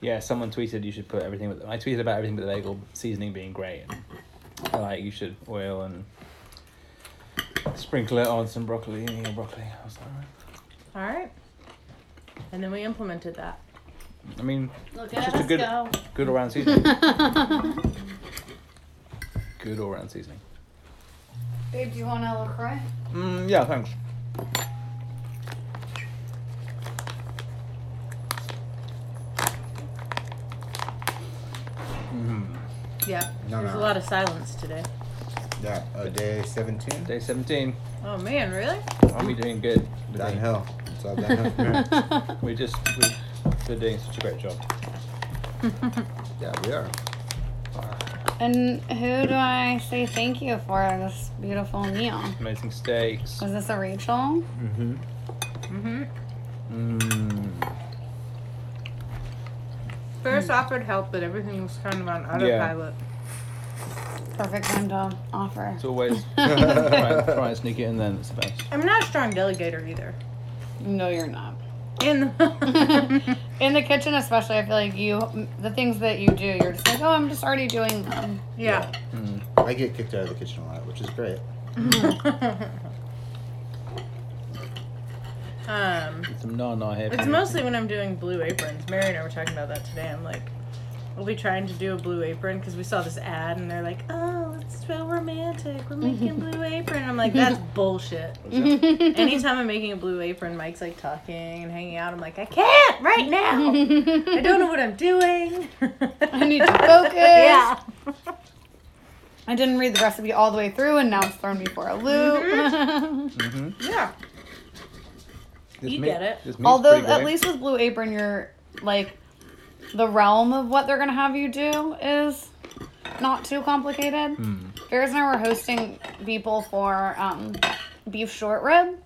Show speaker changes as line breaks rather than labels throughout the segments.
yeah, someone tweeted you should put everything with. I tweeted about everything but the bagel seasoning being great, and like you should oil and sprinkle it on some broccoli and your broccoli. I was like, "Alright."
All right. And then we implemented that.
I mean,
Look
It's
at
just a
us
good-
go.
good all round seasoning. good all round seasoning.
Babe, do you want a LaCroix?
Mm, yeah, thanks.
Yeah.
No,
There's a
no.
lot of silence today.
Yeah, uh, day 17.
Day 17.
Oh man, really?
Are we doing good? today?
Downhill. It's all downhill.
We just, we- we're doing such a great job.
yeah, we are.
And who do I say thank you for this beautiful meal?
Amazing steaks.
Was this a Rachel?
Mm-hmm.
Mm.
First offered help, but everything was kind of on autopilot.
Perfect time to offer.
It's always try, and, try and sneak it in then, it's the best.
I'm not a strong delegator either.
No, you're not.
In the
In the kitchen, especially, I feel like you, the things that you do, you're just like, oh, I'm just already doing them.
yeah.
I get kicked out of the kitchen a lot, which is great.
um,
Some non are here.
it's mostly when I'm doing blue aprons. Mary and I were talking about that today. I'm like, we'll be trying to do a blue apron because we saw this ad and they're like, oh, it's so romantic. We're making blue apron. I'm like, that's bullshit. Anytime I'm making a blue apron, Mike's like talking and hanging out. I'm like, I can't right now. I don't know what I'm doing.
I need to focus.
Yeah.
I didn't read the recipe all the way through, and now it's thrown me for a loop. Mm-hmm.
Yeah.
This
you
meat-
get it.
this meat's
Although,
pretty
at
great.
least with Blue Apron, you're like, the realm of what they're gonna have you do is not too complicated. Bears and I were hosting people for um, beef short rib,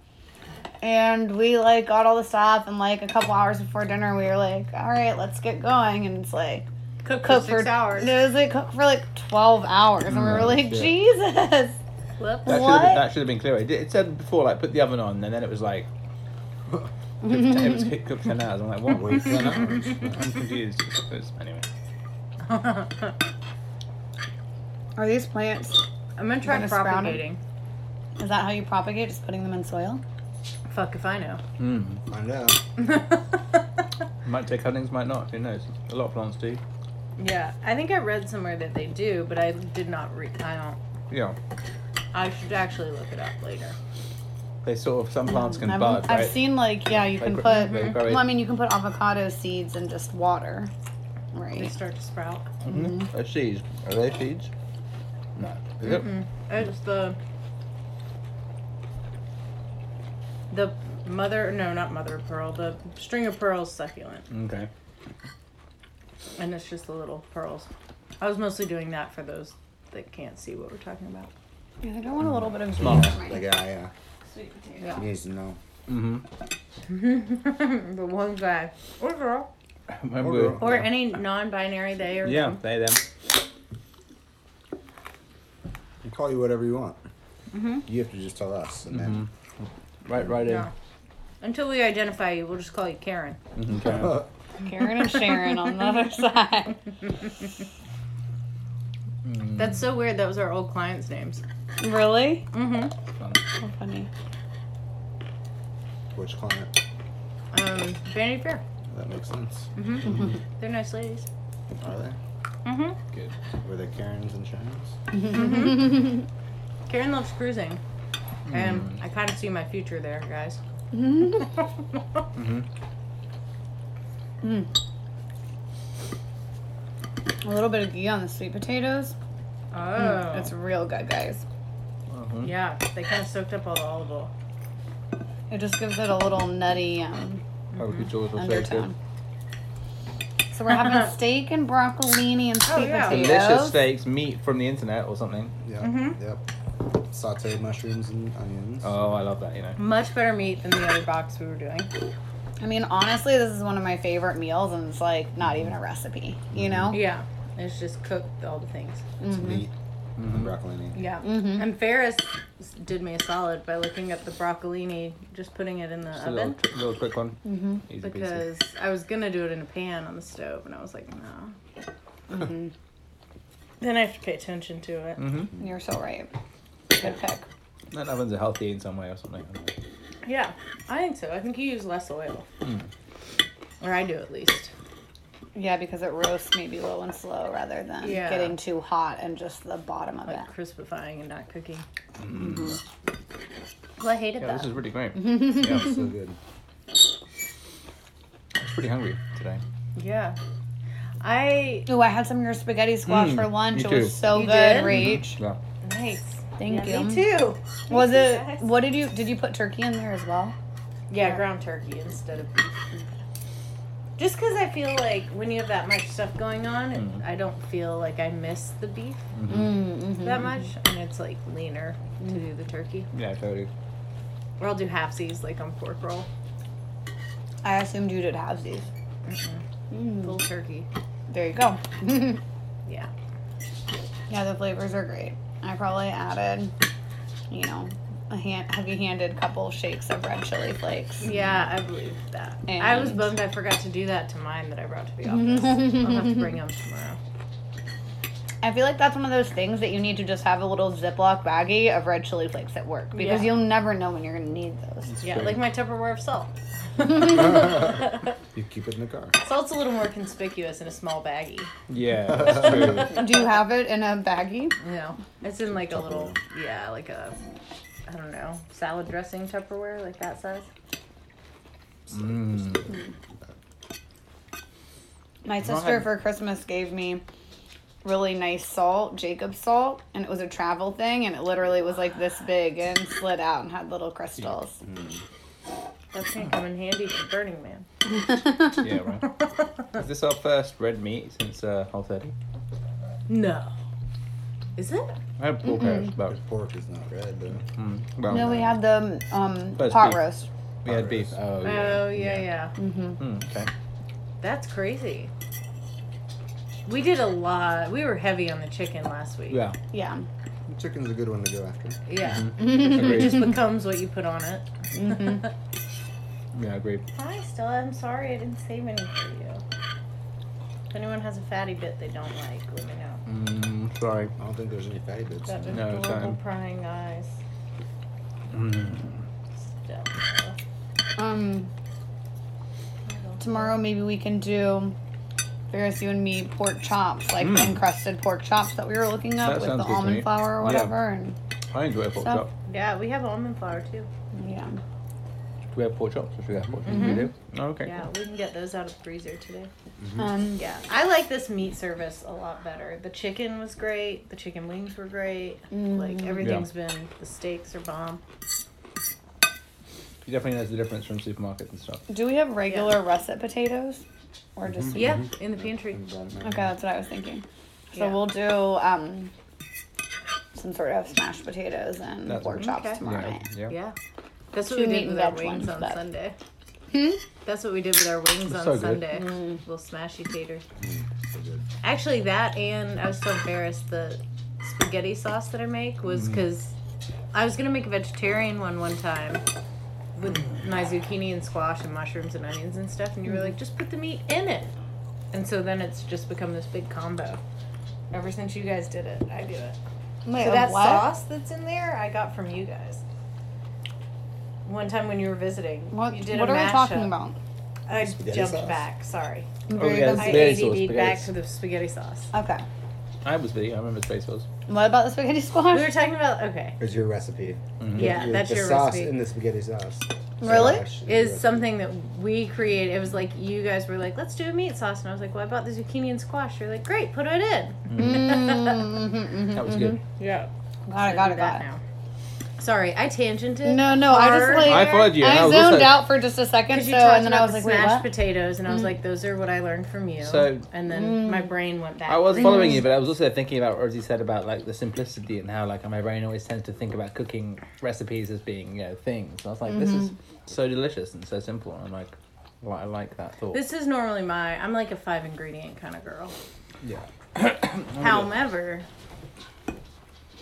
and we like got all the stuff, and like a couple hours before dinner, we were like, all right, let's get going, and it's like
Cook for
cook
six hours.
It was like cook for like twelve hours, and we were like,
shit.
Jesus.
Whoops.
That should, have been,
What?
that should have been clearer. It, did- it said before, like, put the oven on, and then it was like, cooked, it was cooked, cooked 10 hours. I'm like, what?
Wait, ten hours.
I'm confused. It was- anyway.
Are these plants?
I'm gonna try
Gonna sprout 'em?
propagating.
Is that how you propagate? Just putting them in soil?
Fuck if I know.
Mm.
I know.
Might take cuttings, might not. Who knows? A lot of plants do.
yeah, I think I read somewhere that they do, but I did not read. I don't.
Yeah.
I should actually look it up later.
They sort of, some plants can
I've,
bud,
I've
right?
seen like yeah, you
They
can
gr-
put.
they grow it.
Well, I mean, you can put avocado seeds and just water,
They
right?
start to sprout.
Mhm. Uh, seeds. Are they seeds? No. Is it?
It's Mm-hmm. the the mother. No, not mother of pearl. The string of pearls succulent,
Okay.
and it's just the little pearls. I was mostly doing that for those that can't see what we're talking about.
I think I want a little bit of
Small.
The guy
sweet potato.
uh,
Yeah.
needs to know.
Mm-hmm.
the one guy or girl
Remember,
Or-
or any non-binary they or
yeah,
them.
they, them.
We call you whatever you want. You have to just tell us, and then
Mm-hmm. Right, right in.
No. Until we identify you, we'll just call you Karen.
Mhm,
Mm-hmm.
carry on.
Karen and Sharon on the other side.
Mm-hmm.
That's so weird. That was our old clients' names.
Really?
Mm-hmm.
How funny.
which client?
Um, Vanity Fair.
That makes sense.
They're nice ladies.
Are they?
Mm-hmm.
Good.
Were they Karens and Shannons?
Mm-hmm.
Karen loves cruising,
Mm.
and I kind of see my future there, guys.
Mm-hmm.
Oh.
A little bit of ghee on the sweet potatoes.
Oh,
It's real good, guys.
Mhm.
yeah. They kind of soaked up all the olive oil.
It just gives it a little nutty um,
Barbecue sauce was so good.
undertone. So we're having steak and broccolini and sweet
yeah.
potatoes.
Delicious steaks, meat from the internet or something.
Yep. Yep. Sauteed mushrooms and onions.
Oh, I love that, you know.
Much better meat than the other box we were doing.
I mean, honestly, this is one of my favorite meals, and it's like not even a recipe, you know?
Yeah, it's just cooked all the things.
It's meat. broccolini.
Yeah.
Mm-hmm.
And Ferris did me a solid by looking at the broccolini, just putting it in the
Just a little,
oven.
tri- little quick one. Mm-hmm. Easy peasy.
Because I was gonna do it in a pan on the stove, and I was like, no.
Hmm.
Then I have to pay attention to it.
You're so right. Good pick.
Mm-hmm. That oven's a healthy in some way or something.
Yeah, I think so. I think you use less oil,
Hmm.
or I do at least.
Yeah, because it roasts maybe low and slow rather than
Yeah.
getting too hot and just the bottom of
Like
it.
crispifying and not cooking.
Mm-hmm.
Well, I hated
Hmm. Yeah,
that.
this is really great. yeah,
So good.
I was pretty hungry today.
yeah, I
Ooh, I had some of your spaghetti squash
Mm,
for
me
lunch. It was
too.
so
You
good,
did?
Reach.
Yeah.
nice.
Thank
yeah,
you.
Me too.
Mm-hmm.
Was
Thank you,
it?
guys.
What did you? Did you put turkey in there as well?
Yeah, ground turkey instead of beef. Just because I feel like when you have that much stuff going on, it-
Hmm.
I don't feel like I miss the beef
Mm-hmm.
that much, and it's like leaner to do the turkey.
Yeah, totally.
Or I'll do halfsies like on pork roll,
I assumed you did have these. Mm.
full turkey.
There you go.
Yeah,
yeah, the flavors are great. I probably added, you know, a hand, heavy-handed couple shakes of red chili flakes.
yeah, I believe that. I was
And-
bummed I forgot to do that to mine that I brought to the office. I'll have to bring them tomorrow.
I feel like that's one of those things that you need to just have a little Ziploc baggie of red chili flakes at work because
Yeah.
you'll never know when you're gonna need those.
It's
Yeah,
great.
like my Tupperware of salt.
You keep it in the car.
Salt's a little more conspicuous in a small baggie.
Yeah, that's true.
Do you have it in a baggie?
You know, it's in like a little, yeah, like a, I don't know, salad dressing Tupperware, like that size.
My
Go
sister
ahead.
for Christmas gave me really nice salt, Jacob salt, and it was a travel thing, and it literally was like this big and slid out and had little crystals.
That's gonna come in handy for Burning Man.
yeah, right. Is this our first red meat since uh, whole 30?
No. Is it?
I had pork hash, but
Because pork is not red, though.
mm, well,
No, we had the um,
But it's
pot
beef.
roast.
we had beef. Oh, yeah.
Oh yeah, yeah.
Mm, okay.
That's crazy. We did a lot. We were heavy on the chicken last week.
Yeah, Mm-hmm.
Yeah.
Chicken's a good one to go after.
Yeah. It
agreed.
just becomes what you put on it.
Mm-hmm.
Yeah, agreed.
Hi, Stella. I'm sorry I didn't save any for you. If anyone has a fatty bit they don't like, let me know.
Mm, sorry.
I don't think there's any fatty bits.
Got
No,
adorable
time.
prying eyes.
Mm.
Stella.
Um, tomorrow maybe we can do Ferris, you and me pork chops, like the encrusted pork chops that we were looking up
Hmm. That
with
sounds
the
good to me.
almond flour
Yeah.
or whatever.
I enjoy pork
So-
chop.
Yeah, we have almond flour too.
And yeah.
Do we have pork chops? Or should we have pork chops? We do? Oh, okay.
Mm-hmm. Yeah, we can get those out of the freezer today.
Mm-hmm.
Um,
Yeah, I like this meat service a lot better. The chicken was great. The chicken wings were great. Like everything's been. The steaks are bomb.
He definitely knows the difference from supermarkets and stuff.
do we have regular russet potatoes? Or
Mm-hmm.
just
Yeah, in the pantry.
And brown
Okay, that's what I was thinking. So
Yeah.
we'll do um, some sort of smashed potatoes and
That's
pork
what-
chops
Okay.
tomorrow
Yeah.
night.
Yeah.
Yeah, that's what
Two
we
meat
did
and
with our
veg
wings
ones,
on
but- Hmm?
Sunday. That's what we did with our wings on
so good.
Sunday.
Mm.
Little smashy taters.
so good.
Actually, that and I was so embarrassed. The spaghetti sauce that I make was because I was gonna make a vegetarian one one time with my zucchini and squash and mushrooms and onions and stuff, and you
Mm-hmm.
were like, just put the meat in it, and so then it's just become this big combo. Ever since you guys did it, I do it.
Wait,
So
of
that
what?
sauce that's in there, I got from you guys. One time when you were visiting,
What,
you did
what
a
are we talking
mashup.
about?
I
Spaghetti
jumped
sauce?
back. Sorry,
Oh,
Very
yeah,
good.
I
Spaghetti sauce,
ADD back
spaghetti.
to the spaghetti sauce.
Okay.
I was video. I remember space was.
What about the spaghetti
We were
squash?
talking about okay.
It's your recipe.
Yeah,
Mm-hmm. Your-
that's
the
your
sauce
recipe.
in the spaghetti sauce.
Really?
Squash
is
your
something that we created. It was like you guys were like, let's do a meat sauce, and I was like, well, I bought the zucchini and squash. You're like, great, put it in.
Mm-hmm,
That was good.
Yeah,
Got it, got it, got it.
now. Sorry, I tangented.
No, no, I just
hard.
like
I followed you, and I
I
was also-
zoned out for just a second,
'Cause
so
you talked
and then I
about
was
the
like, wait,
smashed
what? Mm.
potatoes, and I was like, "Those are what I learned from you."
So-
and then my brain went back.
I was following you, but I was also thinking about what Rosie said about like the simplicity and how like my brain always tends to think about cooking recipes as being you know things. I was like, this is
Mm-hmm.
so delicious and so simple. And I'm like, well, I like that thought.
This is normally my. I'm like a five ingredient kind of girl.
yeah.
However,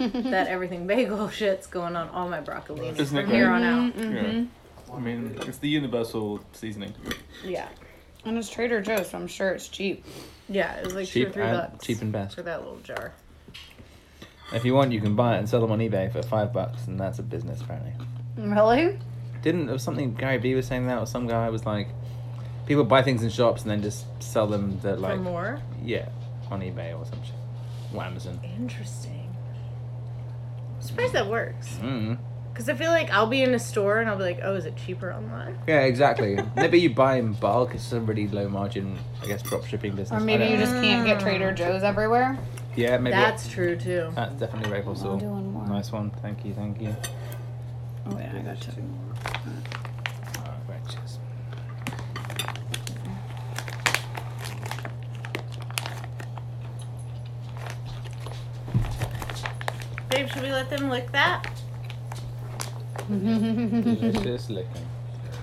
that everything bagel shit's going on all my broccolini
Isn't it
from here
great?
on out.
Mm.
Mm-hmm.
Yeah. I mean, it's the universal seasoning.
Yeah.
And it's Trader Joe's, so I'm sure it's cheap.
Yeah, it was like two or
Cheap
three
and-
bucks.
cheap and best.
For that little jar.
If you want, you can buy it and sell them on eBay for five bucks, and that's a business apparently.
Really?
Didn't there was something Gary Vee was saying that, or some guy was like, people buy things in shops and then just sell them that like
for more?
yeah on eBay or some shit, or Amazon.
Interesting. I'm surprised that works.
Mm.
Because I feel like I'll be in a store and I'll be like, oh, is it cheaper online?
Yeah, exactly. maybe you buy in bulk. It's a really low margin, I guess, drop shipping
Or
business. I
maybe
don't
you
know.
just can't get Trader Joe's everywhere.
yeah maybe Uh.
That's true too.
that's definitely Rachel Saul.
I'm doing more.
Nice one. Thank you. Thank you.
Oh yeah, I got two.
Oh, right, cheers.
Babe, should we let them lick that?
Delicious looking.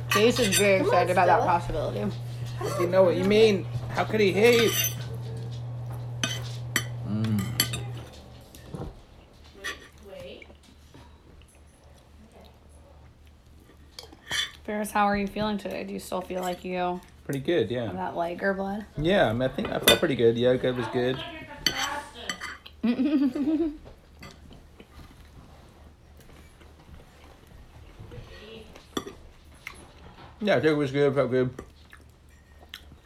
Jason's very excited about that possibility.
You know what you mean? How could he hear you?
Ferris, how are you feeling today? Do you still feel like you
Pretty good,
have
yeah.
that lager blood?
Yeah, I, mean, I think I felt pretty good. Yoga was good. yeah, yoga was good. Felt good.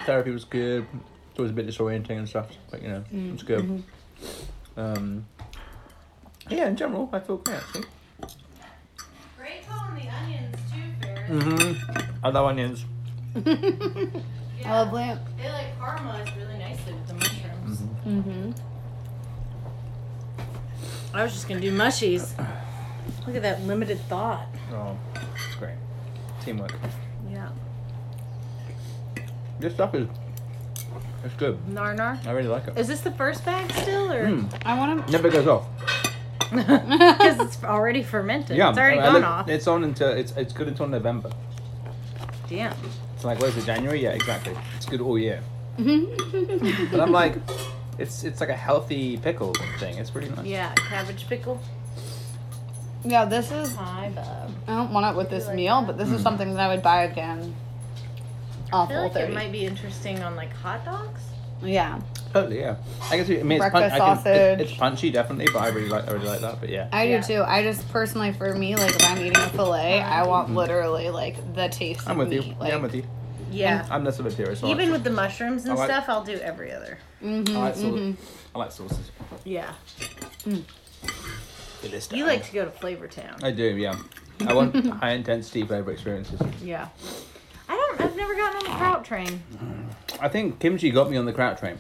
Therapy was good. It's always a bit disorienting and stuff, but you know,
Mm-hmm.
it's good. Um, yeah, in general, I feel great actually.
Great on the onions too, Ferris.
Mm-hmm. I love onions.
I love it.
They like caramelized really nicely with the mushrooms.
Mm-hmm.
I was just gonna do mushies. Look at that limited thought.
Oh, it's great. Teamwork.
Yeah.
This stuff is, it's good.
Narnar.
I really like it.
Is this the first bag still, or
Mm.
I want to.
Never goes off.
because it's already fermented?
Yeah,
it's already
I mean, I
gone
look-
off.
It's on until it's it's good until November.
Damn.
It's like where's it January? Yeah, exactly. It's good all year.
Mm-hmm.
but I'm like, it's it's like a healthy pickle thing. It's pretty nice.
Yeah, cabbage pickle.
Yeah, this is.
Hi, bub.
I don't want it with this meal, but
Hmm.
this is something that I would buy again.
I feel
Awful
like
thirty.
it might be interesting on like hot dogs.
Yeah,
Totally. Yeah. I guess we- I mean it's, pun-
Breakfast
I can, it-
sausage.
it's punchy definitely, but I really like I really like that. But yeah.
I
Yeah. Oh,
do too. I just personally, for me, like if I'm eating a fillet, I want literally like the taste.
Hmm. I'm
of
with you.
meat.
yeah, I'm with you.
Yeah.
I'm less of a theorist. I
Even
like,
with the mushrooms and
I like-
stuff, I'll do every other.
I like, sau-
Mm-hmm.
I like sauces.
Yeah.
Delicious.
You like to go to Flavor Town.
I do. Yeah. I want high intensity flavor experiences.
Yeah. I don't. I've never gotten on the kraut train.
I think kimchi got me on the kraut train.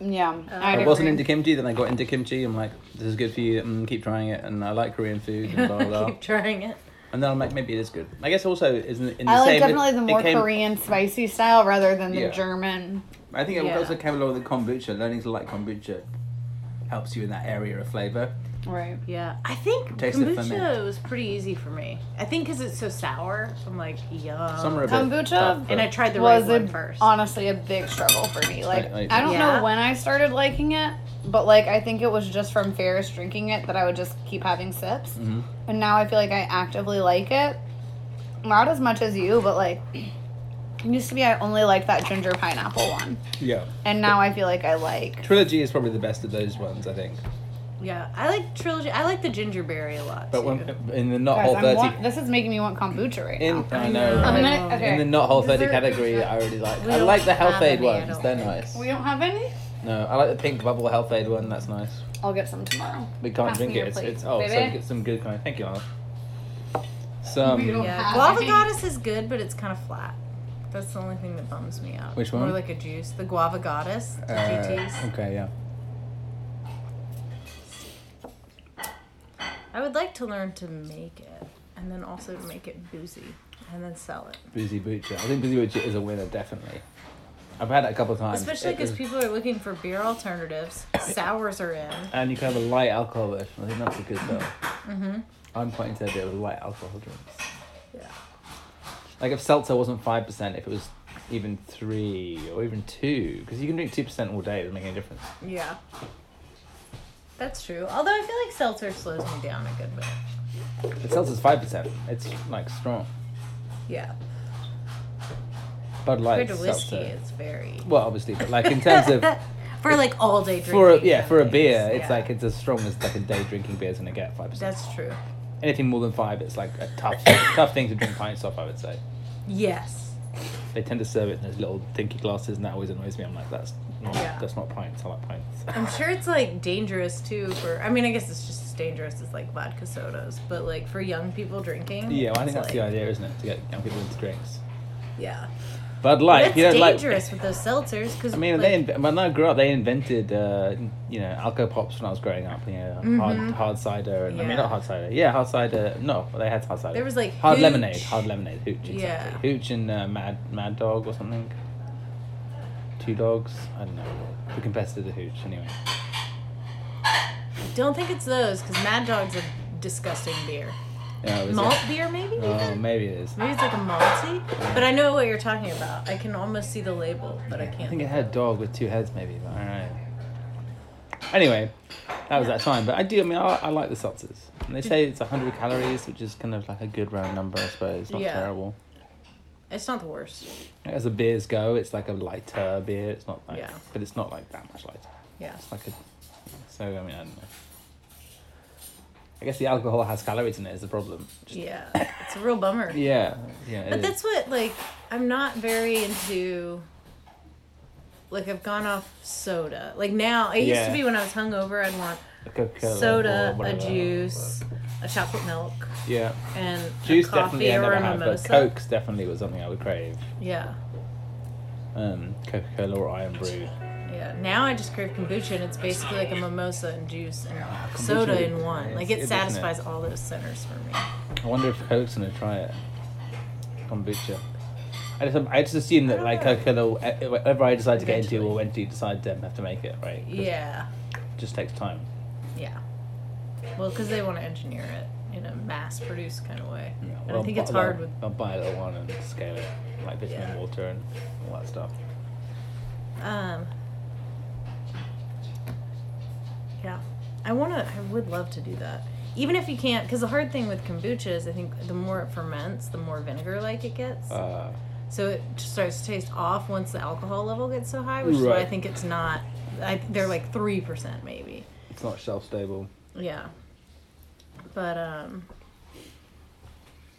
Yeah,
Uh,
I'd
I wasn't
agree.
into kimchi, then I got into kimchi. I'm like, this is good for you. Mm, keep trying it, and I like Korean food and blah blah. blah.
Keep trying it.
and then I'm like, maybe it is good. I guess also is in, in the
I like
same. it-
definitely the
it
more
came-
Korean spicy style rather than the
Yeah.
German.
I think it
Yeah.
also came along with the kombucha. Learning to like kombucha helps you in that area of flavor.
Right.
Yeah, I think
Taste it for me.
kombucha was pretty easy for me. I think because it's so sour, I'm like, yum.
Some are a bit
Kombucha
tough,
and I tried the right
was
one
a,
first.
honestly a big struggle for me. Like
I- I-
I don't
Yeah.
know when I started liking it, but like I think it was just from Ferris drinking it that I would just keep having sips. And now I feel like I actively like it. Not as much as you, but like it used to be I only liked that ginger pineapple one.
yeah.
And now I feel like I like
Trilogy is probably the best of those ones, I think.
yeah, I like trilogy. I like the gingerberry a lot.
But
too.
when in the not
Guys,
whole
I'm
thirty,
want- this is making me want kombucha right
e- in
now.
I know.
I'm
right?
gonna, okay.
In the not whole thirty
Dessert-
category, I really like.
We
I
don't
like the health
have
aid
any, I
ones.
don't
They're
think.
nice.
we don't have any?
No, I like the pink bubble health aid one. That's nice.
I'll get some tomorrow.
We can't
Pass
drink
me
it.
your
It's,
plate,
it's oh, so
baby.
get some good kind. Thank you, Olive. Some.
We don't-
yeah,
Ah.
guava goddess is good, but it's kind of flat. That's the only thing that bums me out.
Which
More
one?
like a juice. The guava goddess. The
Uh,
GTs.
okay, yeah.
I would like to learn to make it, and then also to make it boozy, and then sell it.
Boozy Butcher. I think Boozy Butcher is a winner, definitely. I've had it a couple of times.
Especially
It
because
is-
people are looking for beer alternatives. Sours are in.
And you can have a light alcohol version. I think that's a good sell.
Mm-hmm.
I'm quite into the idea of light alcohol drinks.
Yeah.
Like if seltzer wasn't 5%, if it was even 3 or even 2, because you can drink 2% all day, it doesn't make any difference.
Yeah. That's true. Although I feel like seltzer slows me down a good bit.
It sells as five percent. It's like strong.
Yeah.
Bud Light.
Compared to whiskey,
seltzer.
it's very.
Well, obviously, but like in terms of
for like all day drinking.
for a, yeah for a
companies,
beer, it's
yeah.
like it's as strong as like a day drinking beer is gonna get five percent.
That's true.
Anything more than five, it's like a tough tough thing to drink pints off. I would say
Yes.
they tend to serve it in those little thinky glasses, and that always annoys me. I'm like, that's not
Yeah.
that's not pints. I like pints.
I'm sure it's like dangerous too for. I mean, I guess it's just as dangerous as like vodka sodas, but like for young people drinking.
Yeah, well, I think
it's
that's the
like-
idea, isn't it? To get young people into drinks.
Yeah.
Bud Light,
That's
you know, like
dangerous with those seltzers because
I mean, they inv- when I grew up, they invented uh, you know alco pops when I was growing up. You know, hard, hard cider and I mean
Mm-hmm. Yeah.
not hard cider. Yeah, hard cider. No, they had hard cider.
There was, like,
hard lemonade,
Hooch.
hard lemonade, hooch. Exactly.
Yeah.
Hooch and uh, Mad Mad Dog or something. Two dogs. I don't know. The competitor to hooch anyway.
don't think it's those because Mad Dog's a disgusting beer.
Yeah, it was
Malt
a-
beer maybe.
Oh,
even?
maybe it is.
Maybe it's like a malty, but I know what you're talking about. I can almost see the label, but I
I
can't.
think it had a dog with two heads, maybe. But all right. Anyway, that was that time. But I do. I mean, I, I like the seltzers. And they say it's hundred calories, which is kind of like a good round number, I suppose. Not
Yeah.
terrible.
It's not the worst.
As the beers go, it's like a lighter beer. It's not like,
Yeah.
but it's not like that much lighter.
Yeah.
It's like a. So I mean, I don't know. I guess the alcohol has calories in it. Is the problem? Just-
Yeah. It's a real bummer.
yeah. Yeah. it
But
is.
that's what like I'm not very into. Like I've gone off soda. Like now, it used
Yeah.
to be when I was hungover, I'd want
A Coca-Cola
soda,
or
a
whatever.
juice, a chocolate milk,
Yeah.
and
Juice
a
definitely
coffee
I
or
never
a
had, but
mimosa.
Cokes definitely was something I would crave.
Yeah,
um, Coca Cola or Iron Brew.
yeah. Now I just crave kombucha, and it's basically like a mimosa and juice and
kombucha
soda
is
in one.
nice.
Like
It
it
is
satisfies all those centers for me.
I wonder if Coke's gonna try it. Kombucha. I just, I just assume that like Coca Cola, whatever I decide to get into or when do you decide them have to make it right. 'Cause
Yeah,
It just takes time.
yeah. Well, because they want to engineer it in a mass-produced kind of way,
Yeah,
and
well,
I think
I'll
it's
buy-
hard with
I'll buy a little one and scale it, like vitamin
Yeah.
water and all that stuff.
Um. Yeah, I wanna. I would love to do that. Even if you can't, because the hard thing with kombucha is, I think the more it ferments, the more vinegar-like it gets.
Uh,
so it just starts to taste off once the alcohol level gets so high, which is why I
Right.
think it's not. I they're like three percent maybe.
it's not shelf stable.
Yeah. But um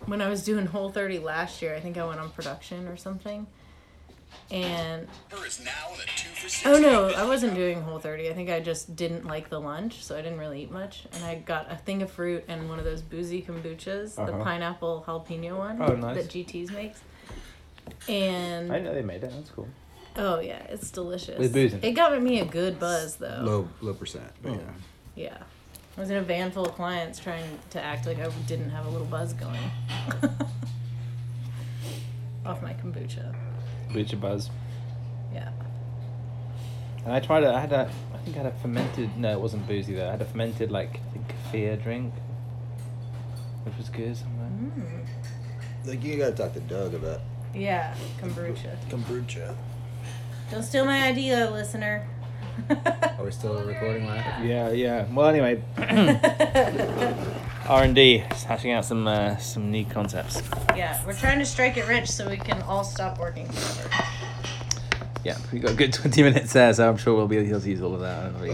when I was doing Whole 30 last year, I think I went on production or something. And Oh no, I wasn't doing Whole 30. I think I just didn't like the lunch, so I didn't really eat much. And I got a thing of fruit and one of those boozy kombuchas, the
Uh-huh.
pineapple jalapeno one
Oh, nice.
that GT's makes.
I didn't
And
know they made it. That's cool.
oh yeah, it's delicious.
With booze in it.
it got me a good buzz though.
Low, low percent. But yeah.
Yeah. I was in a van full of clients trying to act like I didn't have a little buzz going. Off my kombucha.
Kombucha buzz.
Yeah.
And I tried it. I had a. I think I had a fermented. No, it wasn't boozy though. I had a fermented like I think kefir drink, which was good. Something
Like you gotta talk to Doug about
Yeah, kombucha.
kombucha.
Don't steal my idea, listener.
Are we still recording live?
like. Yeah, yeah. Well, anyway,
yeah,
R and D, hashing out some uh, some new concepts.
we're trying to strike it rich so we can all stop working forever.
Yeah, we got a good twenty minutes there, so I'm sure we'll be able to use all of that.